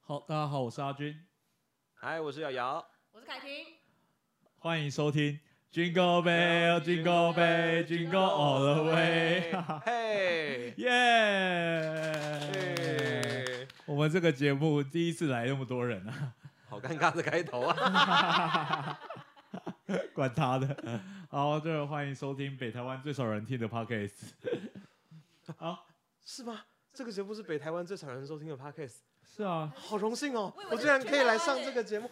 好，大家好，我是阿军，嗨，我是瑶瑶。我是凯婷，欢迎收听 Jingle Bell Jingle Bell Jingle All the Way，哈哈嘿，耶！我们这个节目第一次来那么多人啊， 好尴尬的开头啊！管他的。好，这个欢迎收听北台湾最少人听的 Podcast。好，是吗？这个节目是北台湾最少人收听的 podcast，是啊，好荣幸哦我以！为我是竟然全可以来台湾上欸这个节目，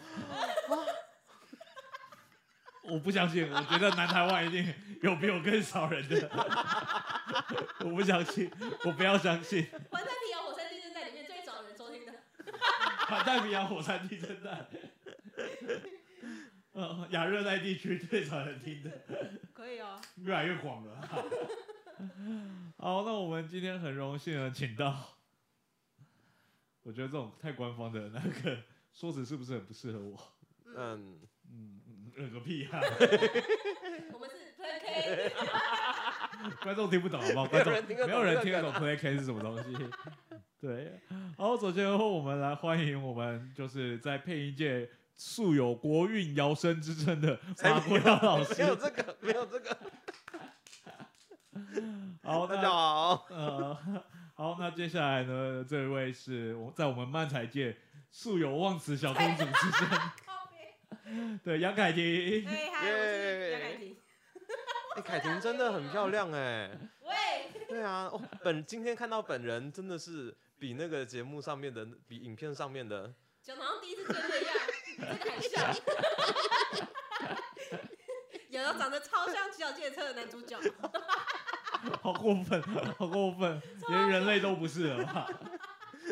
我不相信，我觉得南台湾一定有比我更少人 的，我不相信，我不要相信。环山体有火山地震在里面最少人收听的。 反代比洋火山地震带，呃，亚热带地区最少人听的，可以哦，越来越广了。 好，那我们今天很荣幸的请到，我觉得这种太官方的那个说辞是不是很不适合我？嗯，嗯，嗯呃个屁啊！我们是 Plan K， 观众听不懂好不好？观众没有人听没有人听得得懂懂 Play K 是什么东西。 对，好，首先我们来欢迎我们就是在配音界素有国韵摇身之称的马国耀老 没师。有这个，没有这个。好，大家那好，呃， 好，那接下来呢，这位是我在我们漫才界素有忘词小公主之 称的杨凯婷。哎嗨我是杨凯婷。哎，凯婷真的很漂亮哎。喂，对啊，哦，本今天看到本人真的是比那个节目上面的，比影片上面的，讲得好像第一次见面一样，真的很像。有的长得超像《骑小电车》的男主角，好过分， 好过分，连人类都不是了 吧？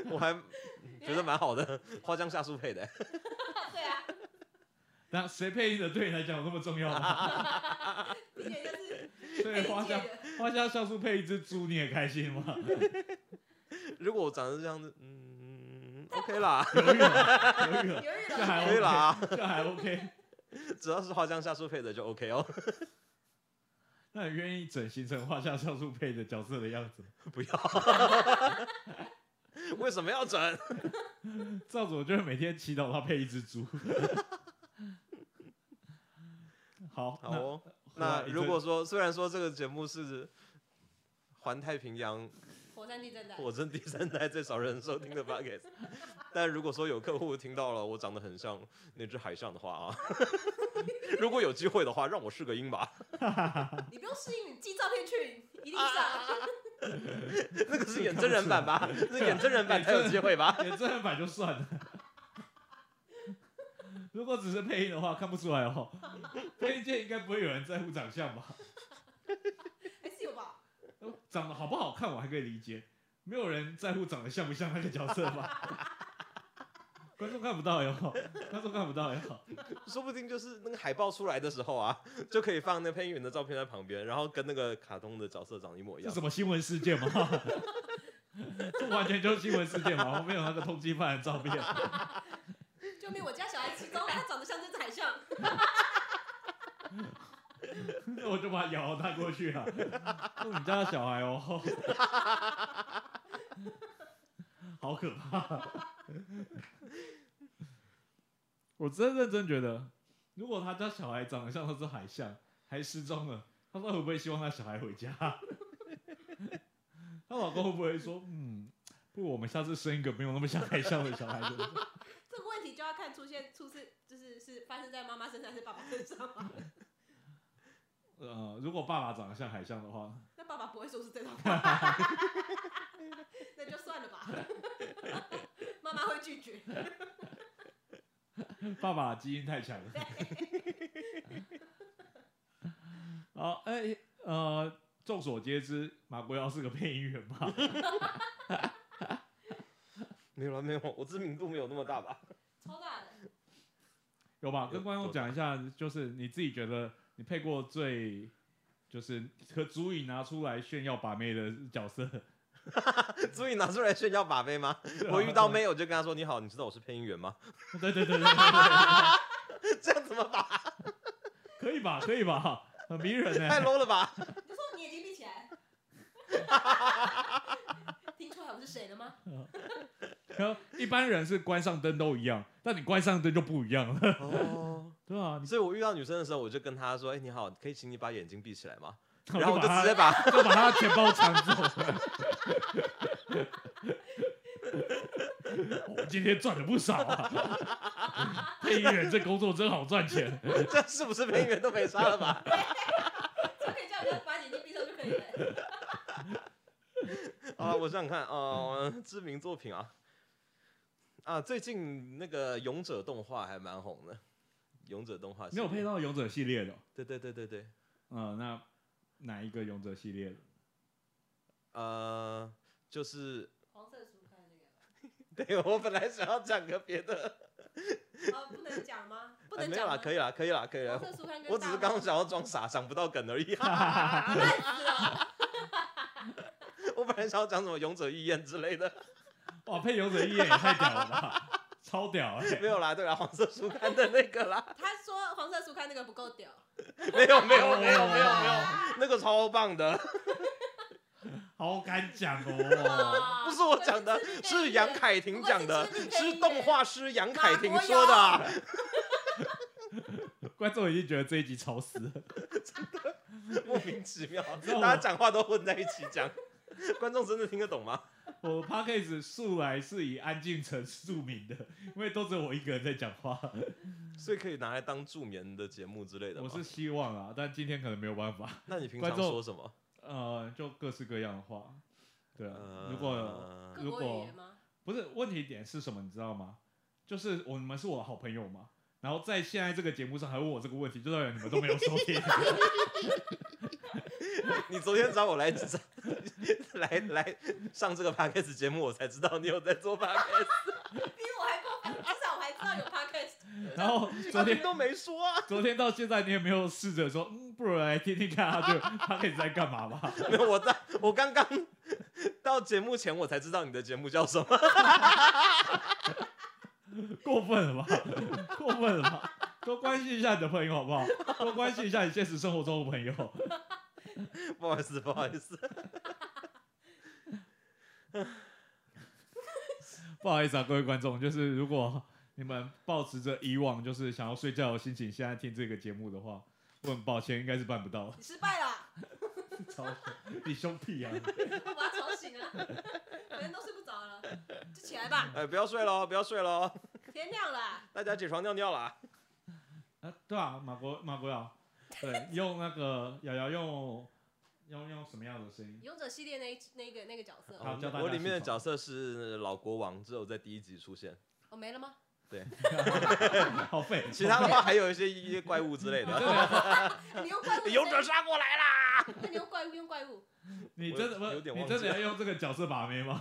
我还觉得蛮好 的，花江夏树配的。对啊，那谁配音的对你来讲有那么重要 吗？并且就是所以花香配一届的花香酵素配一只猪，你也开心吗？如果我长得这样子，嗯，OK 啦，犹豫了，犹豫了，有人这还可以 OK，啦，这还 OK。 只要是花江夏树配的就 OK 哦。 那你愿意整形成花香酵素配的角色的样子吗？不要， 为什么要整？这样子我就会每天祈祷他配一只猪。 好，好哦，那那如果说虽然说这个节目是环太平洋火山地震的，火山第三代最少人收听的 podcast，但如果说有客户听到了我长得很像那只海象的话啊，如果有机会的话，让我试个音吧。 你不用适应，你寄照片去，一定上。 那个是演真人版吧？是演真人版才有机会吧？演真人版就算了。如果只是配音的话，看不出来哦。配音界应该不会有人在乎长相吧？还哎是有吧？长得好不好看我还可以理解，没有人在乎长得像不像那个角色吧？ 观众看不到哟，观众看不到哟。说不定就是那个海报出来的时候啊， 就可以放那配音员的照片在旁边，然后跟那个卡通的角色长得一模一这样什。么新闻事件吗？ 这完全就是新闻事件嘛！我没有那个通缉犯的照片，救命！我家小孩失踪了，他长得像这只海象。那 我就把瑶瑶带过去 了。是你家的小孩哦， 好可怕！ 我真认真觉得，如果他家小孩长得像那只海象，还失踪了，他说会不会希望他小孩回家？ 她老公会不会说，嗯，不如我们下次生一个没有那么像海象的小孩子？ 这个问题就要看出现出是就是是发生在妈妈身上还是爸爸身上吗？ 呃，如果爸爸长得像海象的话，那爸爸不会说是这种话， 那就算了吧。 妈妈会拒绝，爸爸基因太强了。 好，哎、呃，众所皆知，马国尧是个配音员嘛，没有了，没有，我知名度没有那么大吧？ 超大的。有吧？有跟观众讲一下，就是你自己觉得你配过最，就是可足以拿出来炫耀把妹的角色。所以拿出来炫耀把妹吗？ 啊我遇到，妹，我就跟她说：“你好，你知道我是配音员吗 对对对对对对，？”这样怎么把？可以吧？可以吧？很迷人呢、太 low 了吧？你就说你眼睛 闭起来。听出来我是谁了吗？然后一般人是关上灯都一样，但你关上灯就不一样了， 哦，对啊，你所以我遇到女生的时候，我就跟她说：“哎、你好，可以请你把眼睛闭起来吗？” 我然后我就把直接它把 就把它钱包抢走。我今天赚了不少啊！配音员这工作真好赚钱。这是不是配音员都没杀了吧？就可以叫人家把眼睛闭上就可以了。啊，我想想看啊、呃 知名作品啊，啊，最近那个《勇者》动画还蛮红的，《勇者》动画系你列，有配到勇者系列的哦？对对对对对，嗯，那哪一个勇者系列的？呃，就是， 黄色书刊那对我本来想要讲个别的，个，啊，不能讲吗？不哎能没有讲吗啦，可以啦，可以啦，可以啦黄，色书刊跟我只是刚想要装傻，想不到梗而已、 啊。哦我本来想要讲什么《勇者义彦》之类的，哇，哦配勇者一眼也太屌了吧，超屌哎、没有啦，对啦，黄色书刊的那个啦。他说黄色书刊那个不够屌，没有没有没有没有没有，哦那个超棒的，好敢讲哦！不是我讲的可啊 是，是杨凯婷讲的我是，是吃力配乐动画师杨凯婷说的啊。 观众已经觉得这一集超死了。莫名其妙，知道我大家讲话都混在一起讲， 观众真的听得懂吗？我 p a c k a g e 素来是以安静城著名的，因为都只有我一个人在讲话。所以可以拿来当助眠的节目之类的我吗。是希望啊，但今天可能没有办法。那你平观常众说什么？呃，就各式各样的话，对啊。呃如果各国语言吗？不是问题点是什么，你知道吗？就是我们是我的好朋友嘛，然后在现在这个节目上还问我这个问题，就代表你们都没有收听。 你昨天找我来 来来上这个 podcast 节目，我才知道你有在做 podcast，比我还过分，至少我还知道有 podcast。然后昨他天们都没说 啊。昨天到现在，你也没有试着说，嗯，不如来听听看他啊就他可以在干嘛吧？没有，我在我刚刚到节目前，我才知道你的节目叫什么。 过分了吧？过分了吧？多关心一下你的朋友好不好？多关心一下你现实生活中的朋友。不好意思，不好意思，不好意思啊，各位观众，就是如果你们保持着以往就是想要睡觉的心情，现在听这个节目的话，我很抱歉，应该是办不到。你失败了，操，你凶屁啊！我把他吵醒了，每天都睡不着了，就起来吧，哎，不要睡喽，不要睡喽，天亮了。大家起床尿尿啦。啊，对啊，马国马国尧，对，用那个瑶瑶用用用什么样的声音？勇者系列那一那个那个角色，好我叫大家我里面的起床角色是老国王，只有在第一集出现，哦没了吗？好废，其他的话还有一些一些怪物之类真的。嗯的， 你用怪物， 勇者杀过来啦！那你用怪物用怪物，你真的我有不，点你忘真记的要用这个角色把妹 吗？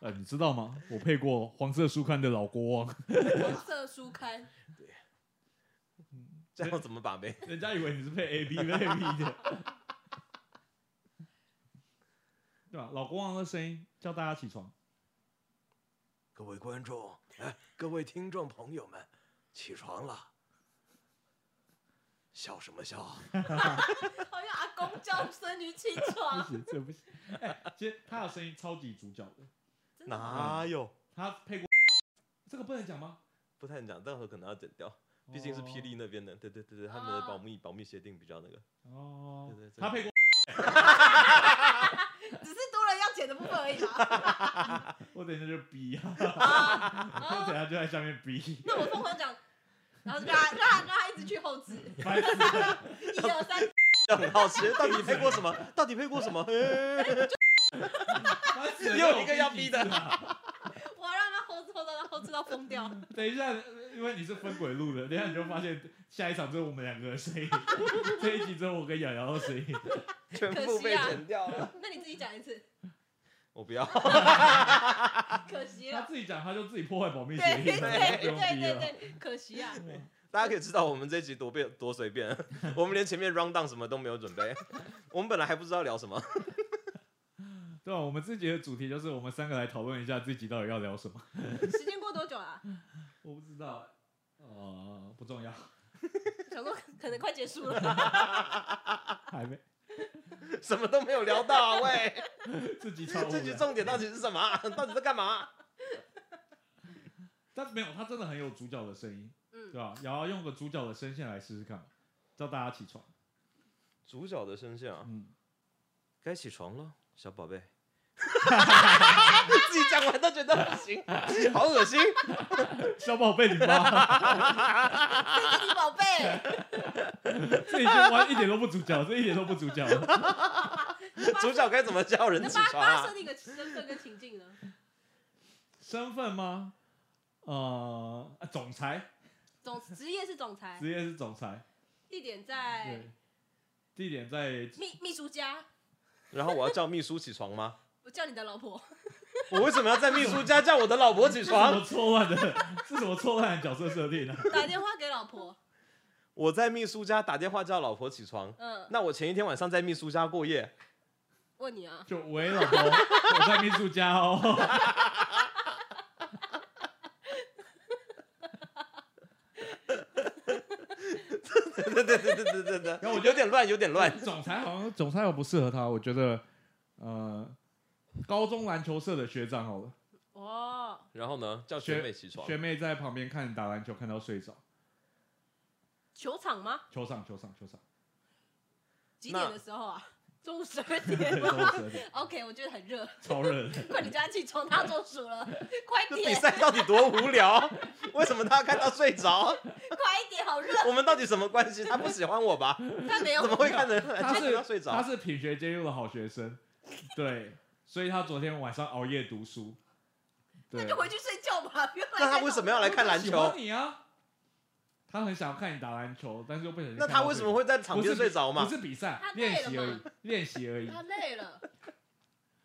呃，你知道吗？我配过黄色书刊的老国王，黄色书刊。这样怎么把妹？人家以为你是配 A B 配 B 的，对吧？老国王的声音叫大家起床，各位观众，哎，各位听众朋友们，起床了。笑什么笑？好像阿公叫孙女起不床，行，这不行。哎，其实他的声音超级主角的，真的吗哪有？他配过这个不能讲吗？不太能讲，待会可能要剪掉，哦毕竟是霹雳那边的。对对对对，他们的保密保密协定比较那个。哦对对，对他配过。只是多了要剪的部分而已嘛。我等一下就逼啊，我 等哦一下就在下面逼，那我疯狂讲，然后就让他让他让他一直去后置，烦死了！一二三，很好奇，到底配过什么？到底配过什么？烦死了又一个要逼的这种啊我要让他后置后到后置到疯掉。等一下，因为你是分轨录的，等一下你就发现下一场就是我们两个的声音， 这一集只有我跟瑶瑶的声音。全部被剪掉了。那你自己讲一次，我不要，可惜他了。自己讲，他就自己破坏保密 对协议，他对对就不用逼对了。对，可惜啊！大家可以知道我们这集多变 多随便，我们连前面 round down 什么都没有准备， 我们本来还不知道聊什么。 对啊，我们自己的主题就是我们三个来讨论一下自己到底要聊什么。时间过多久啊？我不知道，呃，不重要， 想说可能快结束了，还没。什么都没有聊到啊，喂，自己超无这集聊重点到底是什么啊？到底在干嘛啊？但没有，他真的很有主角的声音，对嗯，吧？也要用个主角的声线来试试看，叫大家起床。主角的声线啊，嗯，该起床了，小宝贝。 自己讲完都觉得恶心，好恶心。小宝贝，你妈，哎你宝贝，这已经完一点都不主角，这一点都不主角。主角该怎么叫人那起帮床帮他啊设？定一个身份跟情境呢？身份吗？呃，啊总裁，总职业是总裁，职业是总裁，地点在对，地点在秘秘书家，然后我要叫秘书起床吗？我叫你的老婆，我为什么要在秘书家叫我的老婆起这是什床？么错乱的？ 是什么错乱的角色设定啊呢、打电话给老婆，我在秘书家打电话叫老婆起床。嗯，那我前一天晚上在秘书家过夜，问你啊，就喂老婆，哦我在秘书家哦。对对对对对对对对，后我就有点乱，有点 乱。总裁好像总裁我不适合他，我觉得呃，高中篮球社的学长好了，哦， 然后呢，叫学妹起床，学妹在旁边看打篮球看到睡着，球场吗？球场球场球场，几点的时候啊？中午十二 点对，吗中午十二点， ？OK，我觉得很热，超 热的。快点叫他起床，他中暑了，快 这比点，赛到底多无聊？ 为什么他要看到睡着？ 快一点，好热，我们到底什么关系？他不喜欢我吧？他没有怎么会看人来他看是到睡他着？是品学兼优的好学生，对，所以他昨天晚上熬夜读书。对那就回去睡觉吧，不要来那他为什么要来看篮喜欢球？你啊，他很想看你打篮球，但是又不小心看那到他为什么会会在场边睡着嘛不？是比赛他，累练了习而已嘛，练习而已。他累了，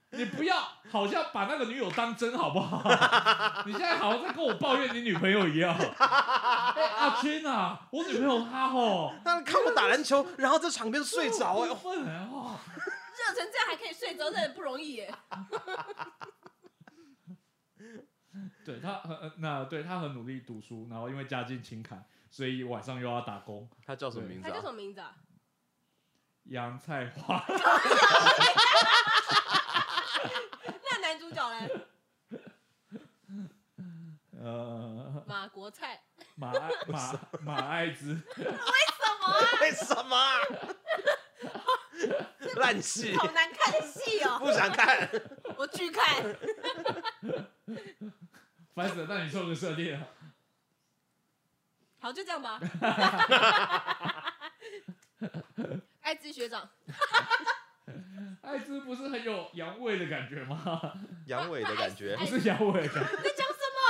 你不要好像把那个女友当真好不 好？你现在好像在跟我抱怨你女朋友一样。哎阿君啊，我女朋友她吼，他看我打篮球， 然后在场边睡着、哎过分了哦。热成这样还可以睡着，这很不容易耶。啊对她很呃那对她很努力读书，然后因为家境清寒，所以晚上又要打工。他叫什么对名字他叫什啊？么名字啊？杨菜花 那男主角嘞？呃马国菜，马爱马马爱之，什么啊？为什 么啊？烂戏，好难看的戏哦，不想看。 我拒看。烦死了！那你做个设定啊？好，就这样吧。 艾滋学长，爱之不是很有阳痿的感觉吗？阳痿的感 觉嗯不是阳痿的感觉，你在讲什么？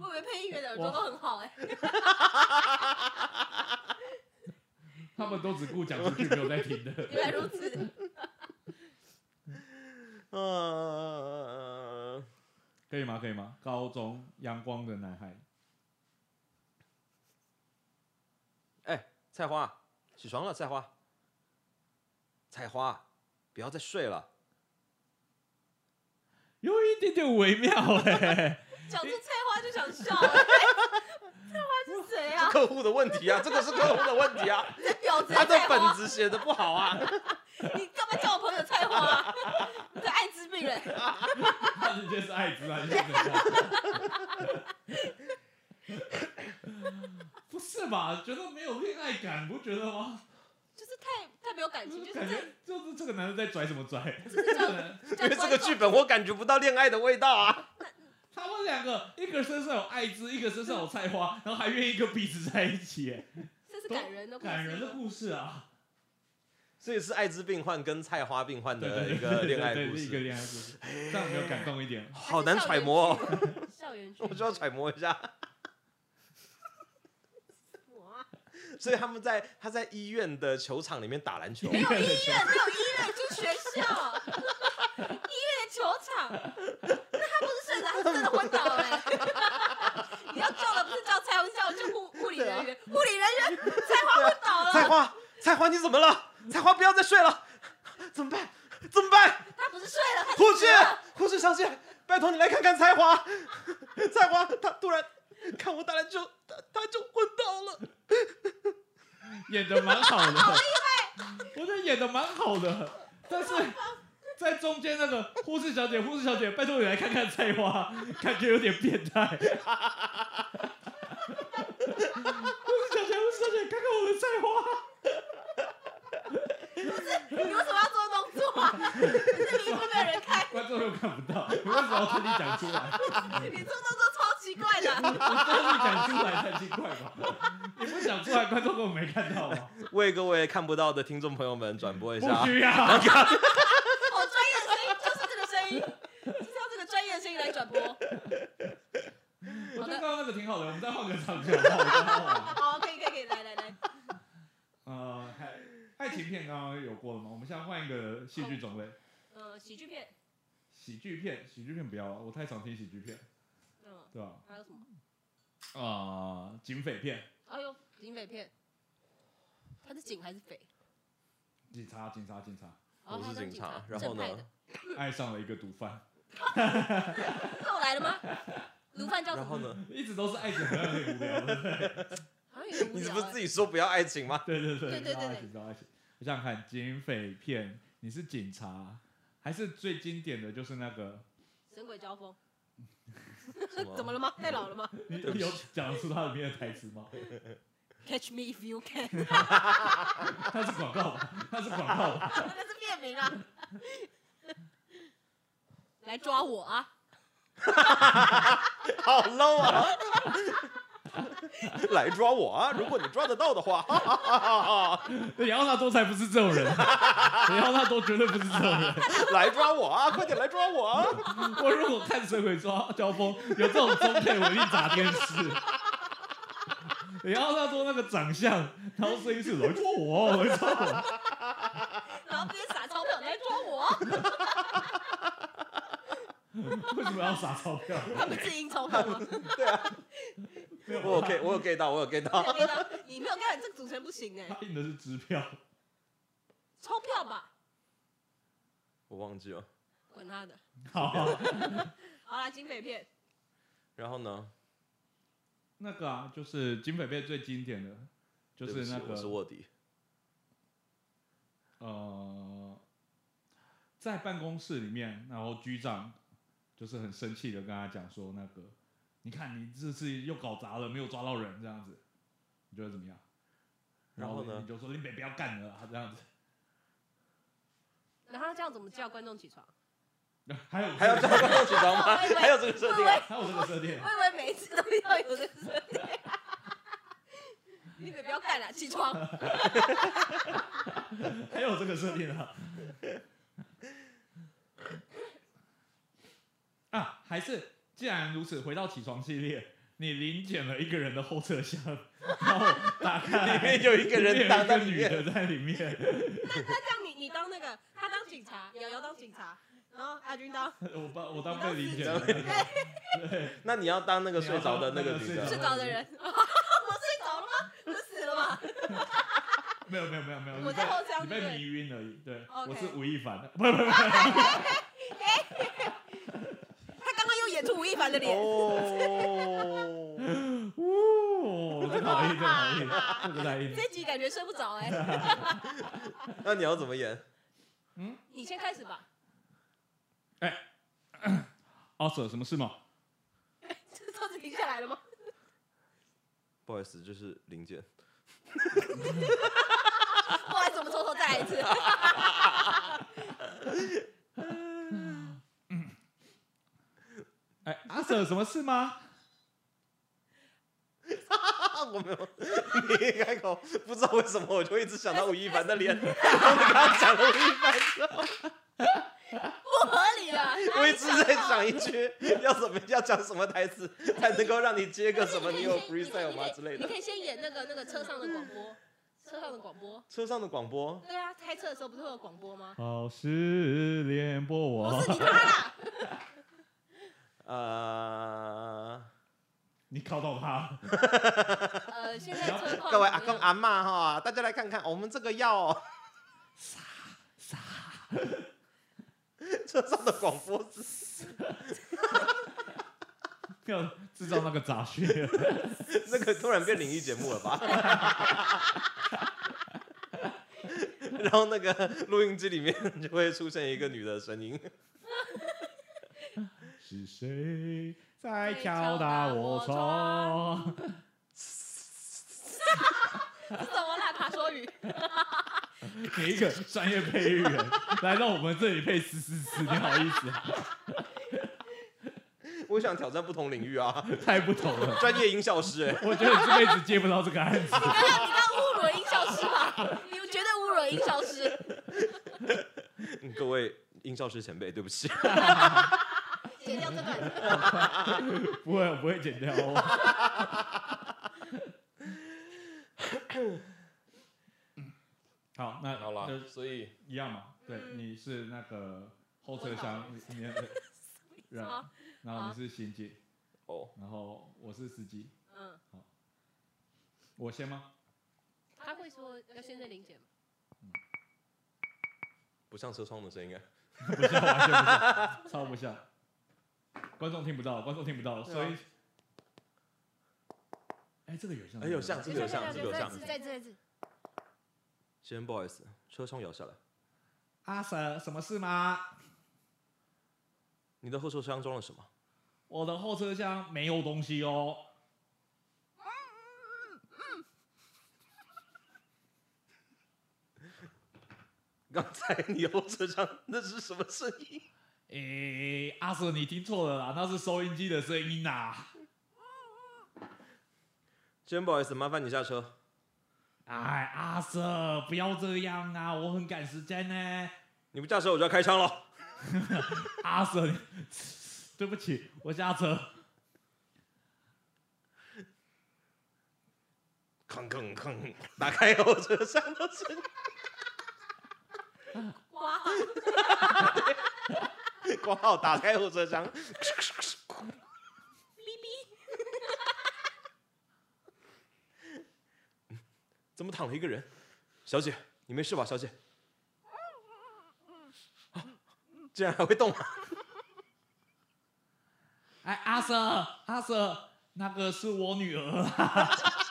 我以为配音员的耳朵都很好 哎、他们都只顾讲出去，没有在听的。原来如此。嗯，可以吗？可以吗？高中阳光的男孩，哎，菜花，起床了，菜花。菜花，不要再睡了。有一点点微妙哎、讲出菜花就想笑、欸， 菜花是谁啊？客户的问题啊，这个是客户的问题啊，这婊子他的的菜本花，子写的不好啊。你干嘛叫我朋友菜花、 啊？你这艾滋病人，他直接是艾滋啊，你是怎样？不是吧？觉得没有恋爱感，不觉得吗？就是太太没有感情，就就是是感觉就是这个男的在拽什么拽？这这叫这因叫为这个观剧众。本我感觉不到恋爱的味道啊。他们两个，一个身上有艾滋，一个身上有菜花，然后还愿意跟彼此在一起、哎这是感人的故事，感人的故事啊！所以是艾滋病患跟菜花病患对的对对一个对恋爱对故对一个事，恋爱故事，这样有没有感动一点？好难揣摩哦， 校园剧，我就要揣摩一下。哇。所以他们在他在医院的球场里面打篮球，没有医医院没有医院，就学校， 医院的球场。那他不是睡着，他真的昏倒了、欸 你要救的不是叫蔡文叫就护护理人啊员，护理人员蔡花昏倒菜了，花，菜花你怎么了？菜花不要再睡了， 怎么办？ 怎么办？他不是睡了，他护是士死了，护士小姐，拜托你来看看菜 花，菜花她突然看我打篮球，她她就昏倒了。演的蛮好的，觉得演的蛮好的，但是在中间那个护士小姐，护士小姐，拜托你来看看菜花，感觉有点变态。护士小姐，护士小姐，看看我的菜花，你为什么要做动作啊？ 你是明明没有人看，观众又看不到，你为什么要特地讲出来？你做动作超奇怪的。 我特地讲出来才奇怪吧？你不讲出来，观众根本没看到吗？为各位看不到的听众朋友们转播一下不啊，需要。我专业的声音就是这个声音，就是要这个专业的声音来转播。 我觉好得的刚刚那个挺好的，我们再换个场景好不好？好，可以可以可以，来来来，呃，爱爱情片刚刚有过了吗？我们现在换一个戏剧种类，呃，喜剧片，喜剧片，喜剧片不要了，我太常听喜剧片，嗯，对吧？还有什么？啊、警匪片，哎呦，警匪片，它是警还是匪？警察，警察，警察，我哦它是当警察，然后正派呢的，，爱上了一个毒贩，后来了吗？卢范叫什然后么？呢，一直都是爱情，好像有点无聊，对不对？好像有点无你聊不是欸自己说不要爱情吗？ 对对对对知对对道爱情，知道爱情。我想想看，警匪片，你是警察，还是最经典的就是那个，神鬼交锋，什么 怎么了吗？太老了吗 你对不你起有讲得出它里面的台词吗？ ？Catch me if you can， 它是广告吧？它是广告 吧？那是片名啊！ 来抓我 啊！好 low 啊！ 来抓我啊！如果你抓得到的话， 哈哈哈哈哈姚纳多才不是这种人， 姚纳多绝对不是这种人。来抓我啊！快点来抓我啊！ 我如果看《水鬼抓交锋》有这种中配，我一定砸电视。 然后他说那个长相，然后声音是来抓我，来抓我，然后边撒钞票，你来抓我，为什么要撒钞 票？他不是应酬吗？ 没有我有 get，我有 get 到，我有 get 到。啊你没有看这个主持人不行哎、他印的是支票，钞票吧，我忘记了。管他的。好，啊好啦，警匪片，然后呢？那个啊，就是警匪片最经典的，就对是不起那我是个卧底。呃，在办公室里面，然后局长就是很生气的跟他讲说，那个你看你这次又搞砸了，没有抓到人这样子，你觉得怎么样？然后你呢？就说你别不要干了啊，这样子。然后他这样怎么叫观众起床？还有 还要叫观众起床吗？我以为还有这个我设以定为 啊？还有这个设定我，以为每一次都要有这个设定。你别不要干了，起 床！还有这个设定啊！ 啊，还是既然如此，回到起床系列，你临检了一个人的后车厢，然后打开里面有一个里面人有当一个在里女面，的在里面，那这样你你当那个，他当警察，瑶瑶当警察，然后阿军当 我当我当被临检了，那你要当那个你要睡着的当那那个个女睡的着睡着的人。 我睡着了吗？我死了吗？没有没有没有没有，我在后车厢你对不被对迷晕而已。对， OK 我是吴亦凡，不不不，他刚刚又演出吴亦凡的脸。哦，呜，这个好硬，这个好硬，这个太 硬。这集感觉睡不着哎、 那你要怎么演？你先开 始吧。阿 Sir，什么事吗？这车子停下来了吗？不好意思，就是零件。不然怎么从头再来 一次？哎，阿 Sir，什么事吗？啊， 我没有，你一开口，不知道为什么我就一直想到吴亦凡的 脸，然后你刚刚讲了吴亦凡之后，不合理啊！我一直在想一句要怎么要讲什么台词才能够让你接个什么，你有 freestyle 吗之类你 的。可以先演那个那个车上的广播，车上的广播。车上的广播，对啊，开车的时候不是会有广播吗？好失恋播不我 是，你他啦，呃，你考到他，呃，现在车 况各位阿怎公么样阿妈哈，大家来看看，我们这个药哦， 傻，车上的广播是要制造那个杂讯。 那个突然变灵异节目了吧？ 然后那个录音机里面就会出现一个女的声音，是谁在敲在敲打打我我窗窗？是什么啦？爬梭语，你一个专业配音员来到我们这里配嘶嘶嘶，你好意思、我想挑战不同领域啊， 太不懂了，专业音效师哎、 我觉得你这辈子接不到这个案子。刚刚你刚侮辱了音效师吧？你们绝对侮辱了音效师，嗯各位音效师前辈，对不起，剪掉这段。不会，我不会剪掉。 我好，那好就了， 所以一样嘛。对，嗯你是那个后车我厢懂里面 的啊人，好然后你是刑警，哦，然后我是司机。嗯，我先吗？他会说要现在零检吗？不像车窗的声音哎、不像，完全不像，超不像。观众听不到，观众听不到，对啊所以，哎，这个有像，哎有像这个有像这个有像在在在，先不好意思，车窗摇下来，阿 Sir，什么啊事吗？你的后车厢装了什么？我的后车厢没有东西哦。刚才你后车厢那是什么声音？诶，阿 Sir，你听错了啦，那是收音机的声音呐。先不好意思，麻烦你下车。哎，阿 Sir，不要这样啊，我很赶时间呢。你不下车我就要开枪了。阿 Sir，你 对不起，我下车。吭吭吭，打开后车厢的声音，哇，挂号打开后车厢。哔哔，怎么躺了一个人？小姐，你没事吧？小姐，啊竟然还会动啊！ 哎，阿 Sir，阿 Sir，那个是我女儿啊。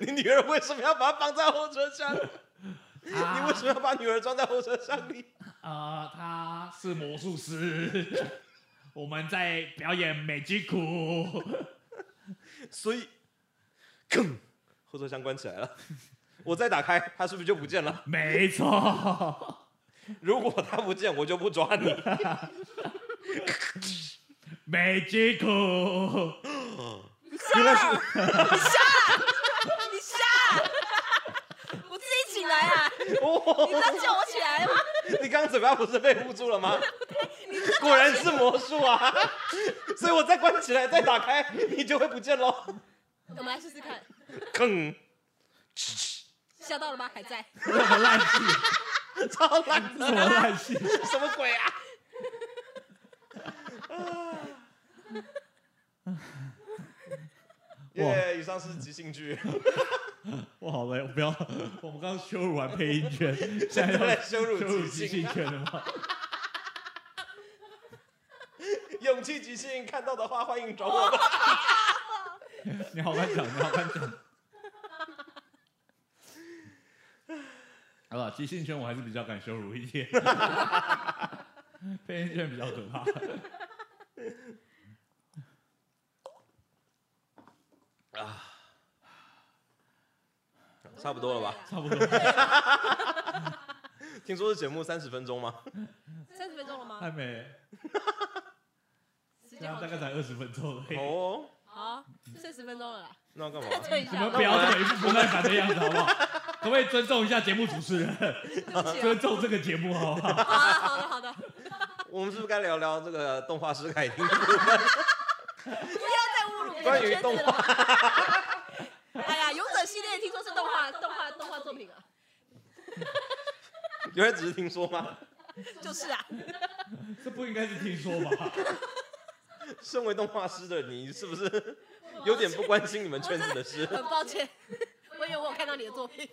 你女儿为什么要把她绑在后车厢？ 啊你为什么要把女儿装在后车厢里？呃，他是魔术师， 我们在表演美剧苦。所以，吭，后车厢关起来了。 我再打开，她是不是就不见了？没错，如果她不见，我就不抓你。美剧苦。原来是你下，我自己起来啊！ 哦你，不要叫我起来吗？你刚刚嘴巴不是被捂住了吗？ 果然是魔术啊！所以我再关起来，再打开，你就会不见喽。我们来试试看，吭，吓到了吗？还在。这什么烂戏？ 超烂这什么烂戏？什么鬼啊？耶！以上是即兴剧，我好累，我不要。我们刚刚羞辱完配音圈，现现在在要在羞辱羞辱即即兴兴，圈了吗？ 勇气即兴，看到的话欢迎找我吧。你好敢讲，你好敢讲。好吧，即兴圈我还是比较敢羞辱一点，配音圈比较可怕。 差不多了吧？差不多，听说这节目三十分钟吗？三十分钟了吗？还没，时这间样好大概才二十分钟而已。哦，好，四十分钟了啦。那要干嘛？对一你下啊们不要这么一副不耐烦的样子，好不好？可不可以尊重一下节目主持人，对不起啊尊重这个节目，好不好？好了好了好的， 我们是不是该聊聊这个动画师 凯丁？不要再侮辱别关人于圈动子 了。哎呀，勇者系列听说是动画动画动画作品啊，原来只是听说吗？就是啊，这不应该是听说吧？身为动画师的你，是不是有点不关心你们圈子的事？很抱 歉，我以为我有看到你的作品。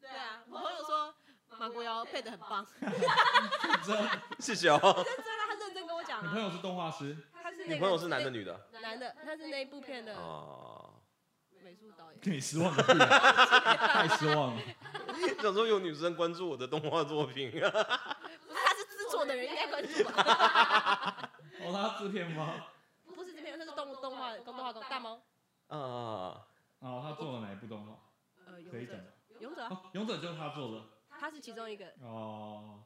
对啊，我朋友说马国瑶配的很棒，这 谢谢哦。真的，他认真跟我讲你朋啊， 友是动画师，他是那你个朋友是男的女的？男的，他是那一部片的啊， 美美术导演，给你失望个屁啊！太失望了。想说有女生关注我的动画作品，不是他是制作的人应该关注吧？ 哦，他制片吗？不是这边，那是动动画动画动大猫，啊，哦，他做了哪一部动画？呃，可以勇讲者吗。，勇者啊，哦，勇者就是他做的。他是其中一个，哦，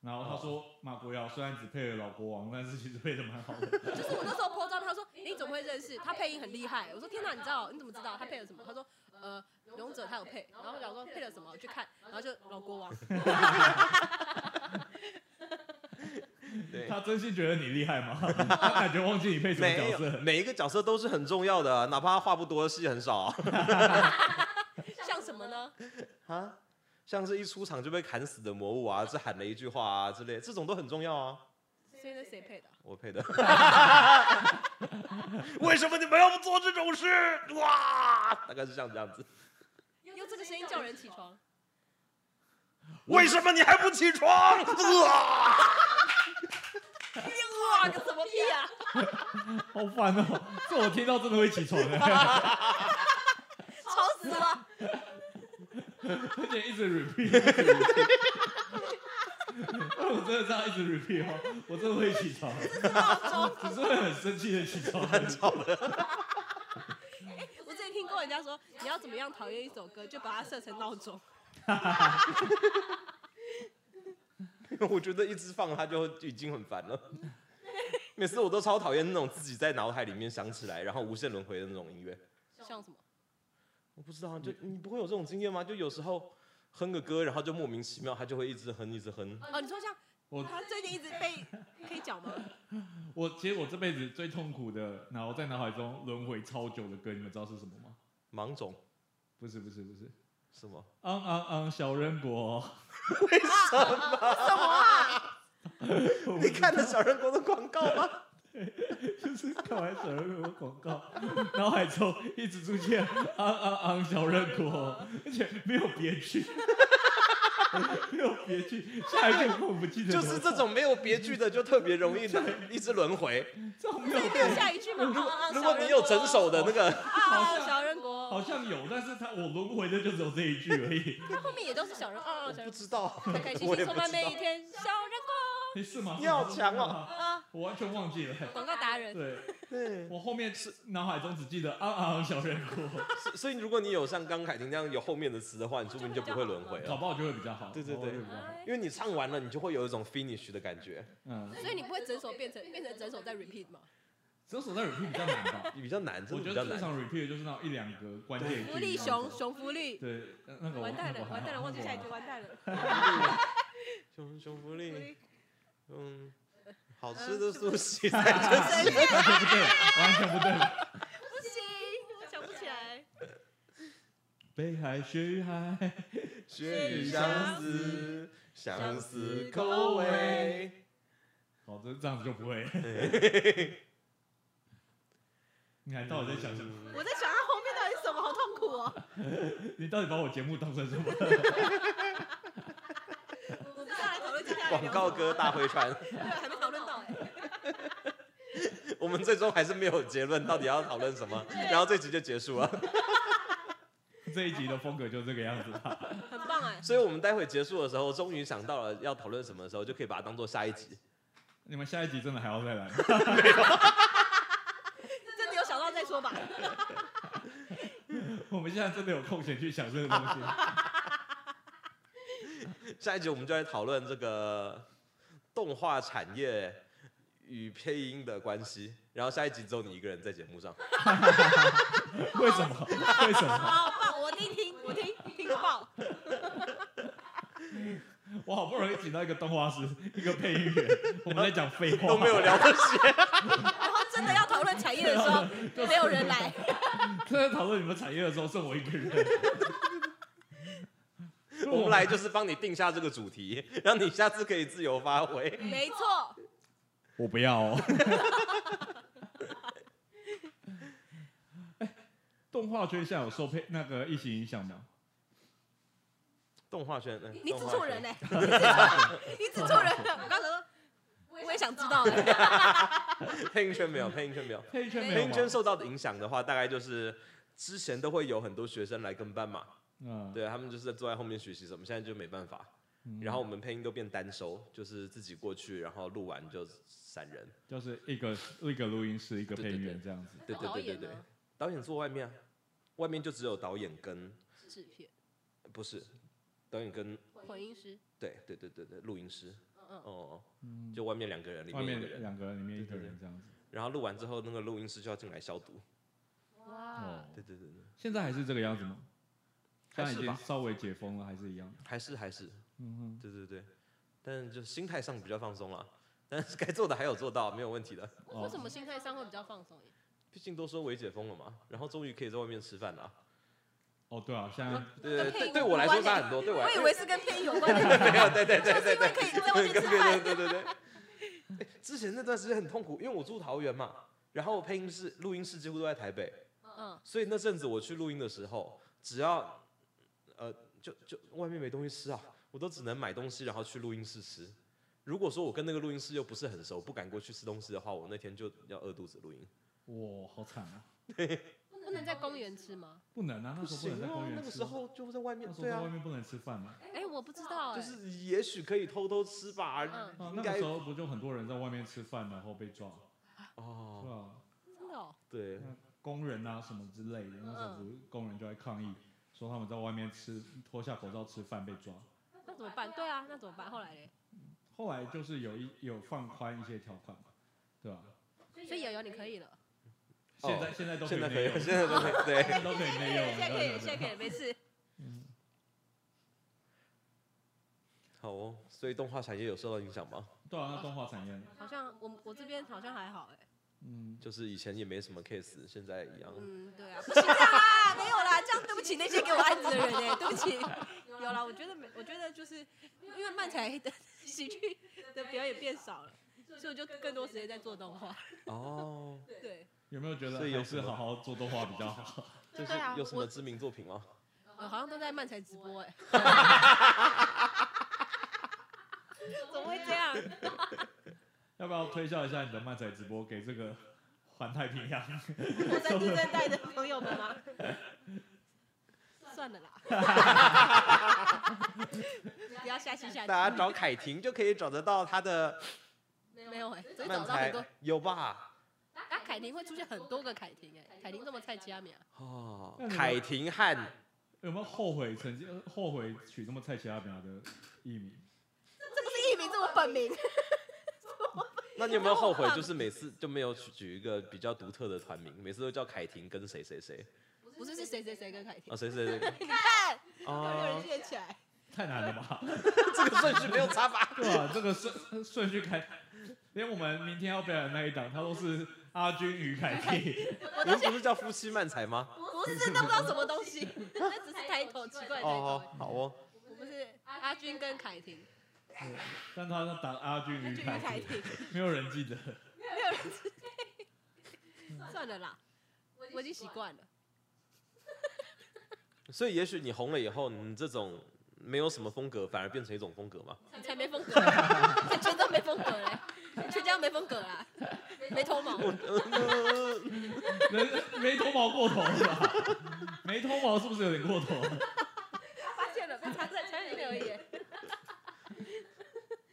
然后他说马国尧虽然只配了老国王，但是其实配的蛮好的。就是我那时候 po 照片，他说你怎么会认识？他配音很厉害。我说天哪，你知道你怎么知道他配了什么？他说呃，勇者他有配，然后我想说配了什么？我去看，然后就老国王，对，他真心觉得你厉害 吗？他感觉忘记你配什么没角有色，每一个角色都是很重要的啊，哪怕他话不多，戏很少啊 像什么呢？啊，像是一出场就被砍死的魔物啊，只喊了一句话啊之类，这种都很重要啊。所以那谁配的？我配的。 为什么你们要做这种事？哇，大概是像这样子。用这个声音叫人起 床，为什么你还不起床？ 哇！哎哇，个什么屁啊！好烦哦！这我听到真的会起床的， 而吵死了！且一直 repeat 一直 repeat。我真的这样一直 repeat 哦，我真的会起床，只是会很生气的起床。我之前听过人家说，你要怎么样讨厌一首歌，就把它设成闹钟。我觉得一直放它就已经很烦了。 每次我都超讨厌那种自己在脑海里面想起来，然后无限轮回的那种音乐。像什么？我不知道，啊就你不会有这种经验吗？就有时候哼个歌，然后就莫名其妙，它就会一直哼，一直哼。哦，你说像我他最近一直 被可以讲吗？我其实我这辈子最痛苦的，然后在脑海中轮回超久的歌，你们知道是什么吗？芒种不是不是不是，什么？昂昂昂，小人国。 什么啊？你看了小人国的广告吗？就是看完小人国广告，脑海中一直出现昂昂昂小人国，而且没有别句，没有别句，下一句我不记得就了，是这种没有别句的，就特别容易的一直轮回。这种没有没有别句，下一句吗？啊如果你有整首的那个，啊，小人国，好像有，但是他我轮回的就只有这一句而已，他后面也都是小人，啊啊，小不人，知道， 开开心我也心不充知道满。每一天，小人你是吗？你好强哦！国啊，我完全忘记了，广告达人，对对，我后面是脑海中只记得昂昂小人国，所所以如果你有像刚凯婷那样有后面的词的话，你说不定就不会轮回搞了，不好就会比较好，啊对对对搞不好就会比较好哎 因为你唱完了，你就会有一种 finish 的感觉，嗯，所以你不会整首变成变成整首在 repeat 吗？只有手在 repeat 比较难吧。你比较难，真我的觉比较得正难。常 repeat 就是那种一两个关键句。福利 熊，熊福利，对，呃那个我完蛋那了个，我还完蛋了，好忘记下一那句，个我还好完蛋了。熊熊福福利，利嗯，好吃的苏 西在随完便全不对，完全不对。不行，我想不起来。北海、雪与海，雪与相思，相思口味。好，哦这这样子就不 会。你还到底在想什么？我在想他后面到底什么，好痛苦哦。嗯你到底把我节目当成什么？ 我不知道来讨论接下来聊什广么告歌大回传，对，还没讨论到哎。我们最终还是没有结论，到底要讨论什么？然后这集就结束了。这一集的风格就这个样子吧。很棒哎，所以我们待会结束的时候，终于想到了要讨论什么的时候，就可以把它当做下一集。你们下一集真的还要再来吗？ 真的有想到再说吧。我们现在真的有空闲去想这个东西。下一集我们就来讨论这个动画产业与配音的关系。然后下一集只有你一个人在节目上，为什么？为什么？好棒，我听听，我听听爆。我好不容易请到一个动画师，一个配音员，我们在讲废话，都没有聊这些。然后真的要讨论产业的时候，没有人来。正在讨论你们产业的时候，剩我一个人。 我们来就是帮你定下这个主题， 让你下次可以自由发挥。没错，我不要 哦。哎，哎动画圈现在有受配那个疫情影响吗？动画圈，嗯你指动画错圈人嘞，你指错人了。我刚才说，我也想知道哎。配音圈没有，配音圈没有。 配音圈没配有音吗？圈受到的影响的话，大概就是之前都会有很多学生来跟班嘛，嗯，对他们就是在坐在后面学习什么，现在就没办法。嗯然后我们配音都变单收，就是自己过去，然后录完就闪人。就是一个一个录音室，一个对对配对乐这样子。对对导对对演对呢，导演坐外面啊，外面就只有导演跟制片、不是导演跟混音师，对对对对对录音师，嗯哦哦，嗯，就外面两个人，里外面一个面人，两个人，里面一对个对对人这样子。然后录完之后，那个录音师就要进来消毒。哦哇，，对对对对，现在还是这个样子吗？现还在已是经吧，稍微解封了，还是一样。还是还是，嗯哼。对对对，但就心态上比较放松了，但是该做的还有做到，没有问题的。哦为什么心态上会比较放松一点？毕竟都说微解封了嘛，然后终于可以在外面吃饭了啊。哦，对啊，现在对对跟配对，音对无我来关说的差很多，对我来我以为是跟配音有关的， 没有，对对对就是对因为对，可 以在外面吃对饭。对对对对。之前那段时间很痛苦，因为我住桃园嘛，然后配音室、录音室几乎都在台北，嗯，所以那阵子我去录音的时候，只要呃，就就外面没东西吃啊，我都只能买东西然后去录音室吃。如果说我跟那个录音室又不是很熟，不敢过去吃东西的话，我那天就要饿肚子录音。哇，好惨啊！不能在公园吃吗？不能啊，那时候不能行在公啊，园那吃个啊，时候就在外面那时候对在啊外，面不能吃饭啊。哎，我不知道，哎，就是也许可以偷偷吃吧。嗯啊，应那该个时候不就很多人在外面吃饭，然后被抓，是哦，吧？真的哦，对，工人啊什么之类嗯的，那时候不工人就在抗议，说他们在外面吃脱下口罩吃饭被抓。那怎么办？对啊，那怎么办？后来嘞，后来就是有一有放宽一些条款嘛，对吧？所以瑶瑶你可以了，哦现在现在都可现以在可内以用，了，现在都可以，对。现在都可以内用了，现在可以，对啊现在可以，没事。嗯好哦，所以动画产业有受到影响吗？对啊，那动画产业，好像我我这边好像还好，哎，嗯，就是以前也没什么 case，现在一样。嗯，对啊， 不行啦，没有啦，这样对不起那些给我案子的人 哎，对不起。有啦，我觉得没，我觉得就是因为漫才的喜剧的表演变少了，所以我就更多时间在做动画。哦，对，有没有觉得所以有还是什么好好做动画比较 好？就是对啊有什我么知名作品吗？呃，好像都在漫才直播哎， 怎 么会这样？要不要推销一下你的漫才直播给这个环太平洋？我在地震带的朋友们吗？ 算了 啦，不要下期 下大家期。找凯婷就可以找得到她的没有哎、欸，只是找漫到很才多。，有吧？啊，凯婷会出现很多个凯婷哎、凯婷这么菜鸡阿米啊？哦那，你们凯婷汉，有没有后悔曾经呃后悔取这么菜奇阿表的艺 名？ 这不是艺名，这我本名。那你有没有后悔？就是每次就没有取取一个比较独特的团名，每次都叫凯婷跟谁谁谁 不是是谁谁谁跟凯婷啊，？谁谁谁你 看，有哦 人，记得起来。太难了 吧？这个顺序没有差 吧？对吧、这个顺呃顺序开，连我们明天要表演的那一档，他都是阿军与凯蒂。 你们不是叫夫妻漫才吗？不是，那不知道什么东西， 那只是抬头奇怪的抬头哦。，好哦，我们是阿军跟凯婷，但他是打阿军阿军与跟凯凯蒂，婷，没有人记得。嗯没有人知道。算了啦，我已经习惯了。所以也许你红了以后，你这种没有什么风格，反而变成一种风格 嘛？你才没风格，你 全都没风格嘞，你全家没风格啦，没头毛。人没脱毛过头是 吧？没脱毛是不是有点过头？发现了，被查出来，传染 病而已。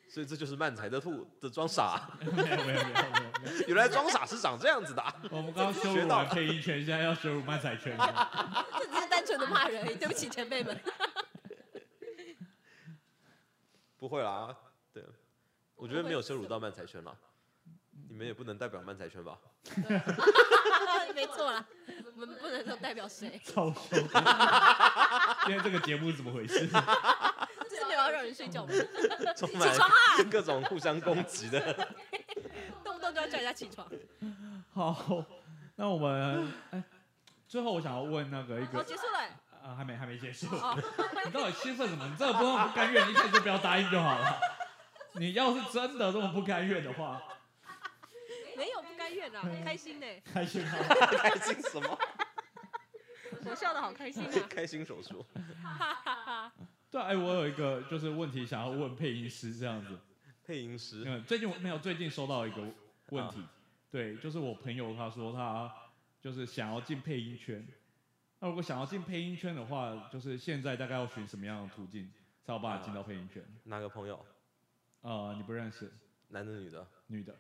所以这就是漫才的兔的装傻，没有没有没有没有。没有原来装傻是长这样子的啊、 我们刚刚羞辱完配音圈，现在要羞辱漫才圈了。 这只是单纯的骂人而已，对不起前辈们。 不会啦，对，我觉得没有羞辱到漫才圈啦，你们也不能代表漫才圈吧？没错啦，我们不能说代表 谁，超凶！今天这个节目是怎么回事？就是没有要让人睡觉嘛，充起满床啊，各种互相攻击的，动不动就要叫人家起床。好，那我们哎，最后我想要问那个一好，个结束了欸。啊，还没还没结束，哦， 你到底兴奋什么？你真的不那么不甘愿，你一开始就不要答应就好了。你要是真的这么不甘愿的话，没有不甘愿啦，开心呢，开心吗？开心什么？ 我笑的好开心啊，开心手术，哈哈哈。对，哎，我有一个就是问题想要问配音师这样子。配音师嗯，最近我没有，最近收到一个问题，对，就是我朋友他说他就是想要进配音圈，那如果想要进配音圈的话，就是现在大概要寻什么样的途径才有办法进到配音圈？哪个朋友？呃，你不认识男的女的？女的，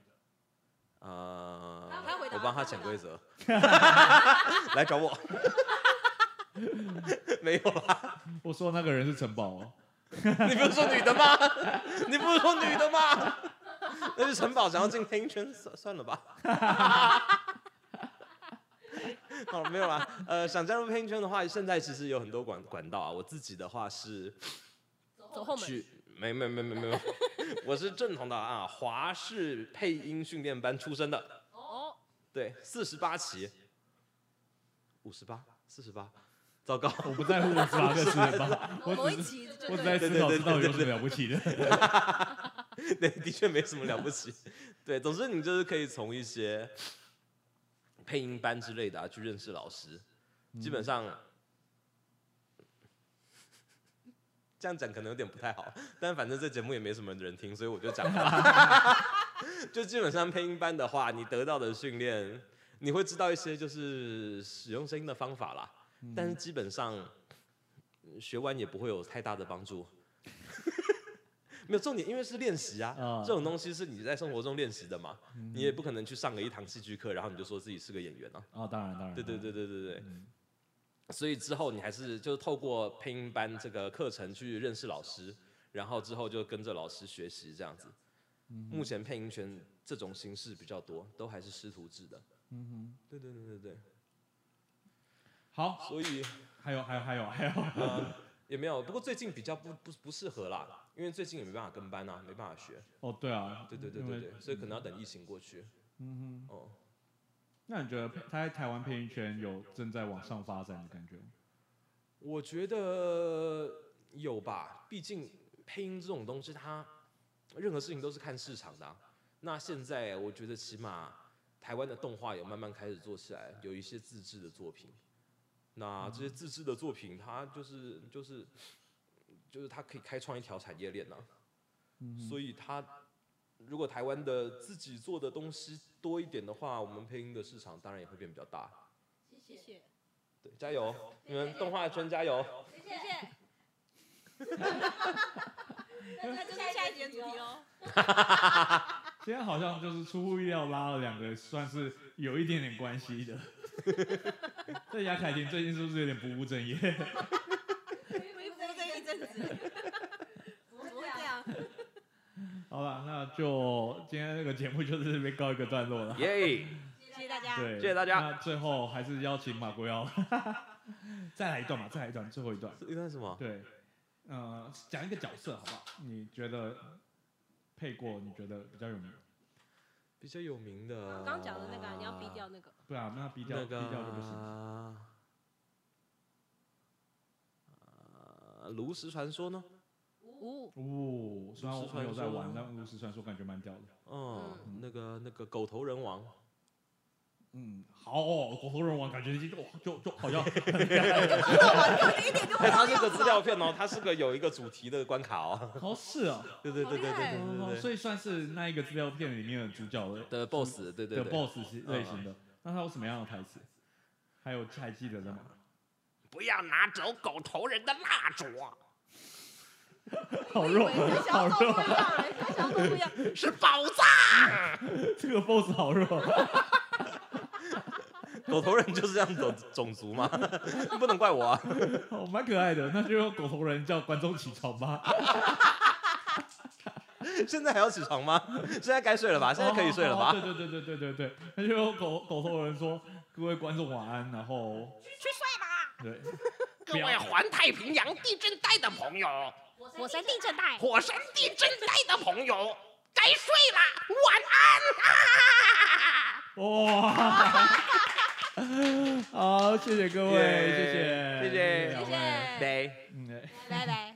呃他回答，我帮他他回答潜规则， 来找我。没有啦，我说那个人是城堡哦， 你不是说女的吗？你不是说女的吗？那是城堡想要进配音圈，算算了吧。 好了，没有啦。呃，想加入配音圈的话，现在其实有很多管管道啊。我自己的话是走后门，去，没没没没没有，我是正统的啊，华视配音训练班出身的。哦，对，四十八期，五十八，四十八，糟糕，我不在乎我是哪个是人 吧，某我一只是集我就只对在了，思考知道有什么了不起的。对，的确没什么了不起。 对，总之你就是可以从一些配音班之类的、啊、去认识老师， 基本上。这样讲可能有点不太好，但反正这节目也没什么人听，所以我就讲吧。 就基本上配音班的话，你得到的训练，你会知道一些就是使用声音的方法啦。嗯但是基本上嗯学完也不会有太大的帮助。 没有重点，因为是练习啊，啊这种东西是你在生活中练习的嘛，嗯你也不可能去上了一堂戏剧课，然后你就说自己是个演员啊。哦，当然当然，对对对对对对，嗯所以之后你还是就是透过配音班这个课程去认识老师，然后之后就跟着老师学习这样子。嗯目前配音圈这种形式比较多，都还是师徒制的。嗯对对对对对，哼，好，所以还有还有还有还有，呃也没有，不过最近比较不不不适合啦，因为最近也没办法跟班啊，没办法学。哦对啊，对对对因为对对，所以可能要等疫情过去。嗯哼，哦，那你觉得他在台湾配音圈有正在往上发展的感觉吗？我觉得有吧，毕竟配音这种东西，它任何事情都是看市场的啊、那现在我觉得起码台湾的动画有慢慢开始做起来，有一些自制的作品。那这些自制的作品，它就是就是就是它可以开创一条产业链啊呐、嗯所以它如果台湾的自己做的东西多一点的话，我们配音的市场当然也会变比较大。谢谢，对，加油！你们动画圈加油！谢谢。 那就是下一集的主题哦喽。今天好像就是出乎意料拉了两个，算是有一点点关系 的。这雅凯婷最近是不是有点不务正业？ 微服这一 阵子，怎怎么会啊这？样？好了，那就今天这个节目就是这边告一个段 落了。耶、谢谢大家，对，谢谢大家那最后还是邀请马国耀， 再来一段吧，再来一段，最后一段。一段什么？对，呃，讲一个角色好不好？你觉得配过你觉得比较有名？比较有名的。我刚讲的那个啊，你要逼掉那个，对啊，那低调、那个低调就不行。呃炉石传说呢？ 五哦，虽然我没有在玩炉石传说，但炉石传说感觉蛮屌的。哦，嗯那个那个狗头人 王，嗯，好、哦，狗头人王感觉就就就好像 哎，它是个资料片哦，它是个有一个主题的关卡哦。好是哦，对对对对对对哦对对所以算是那一个资料片里面的主角的的 BOSS，对对嗯的对， BOSS 是类型的。那他有什么样的台词？还有还记得的吗？不要拿走狗头人的蜡烛，好我以弱为他，想好弱，要做不一样，哎他想要做不一样，是宝藏。这个 BOSS 好弱。 狗头人就是这样种种族嘛， 不能怪我啊。哦，蛮可爱的，那就用狗头人叫观众起床吧。现在还要起床吗？现在该睡了吧？现在可以睡了吧？哦对对对对对对对，那就用狗狗头人说：“各位观众晚安。”然后去睡吧，对，各位环太平洋地震带的朋友，火山地震带，火山地震带的朋友，该睡啦，晚安啊！哇， 好，谢谢各位，耶谢谢，谢谢两谢位谢，对。嗯。哎拜拜。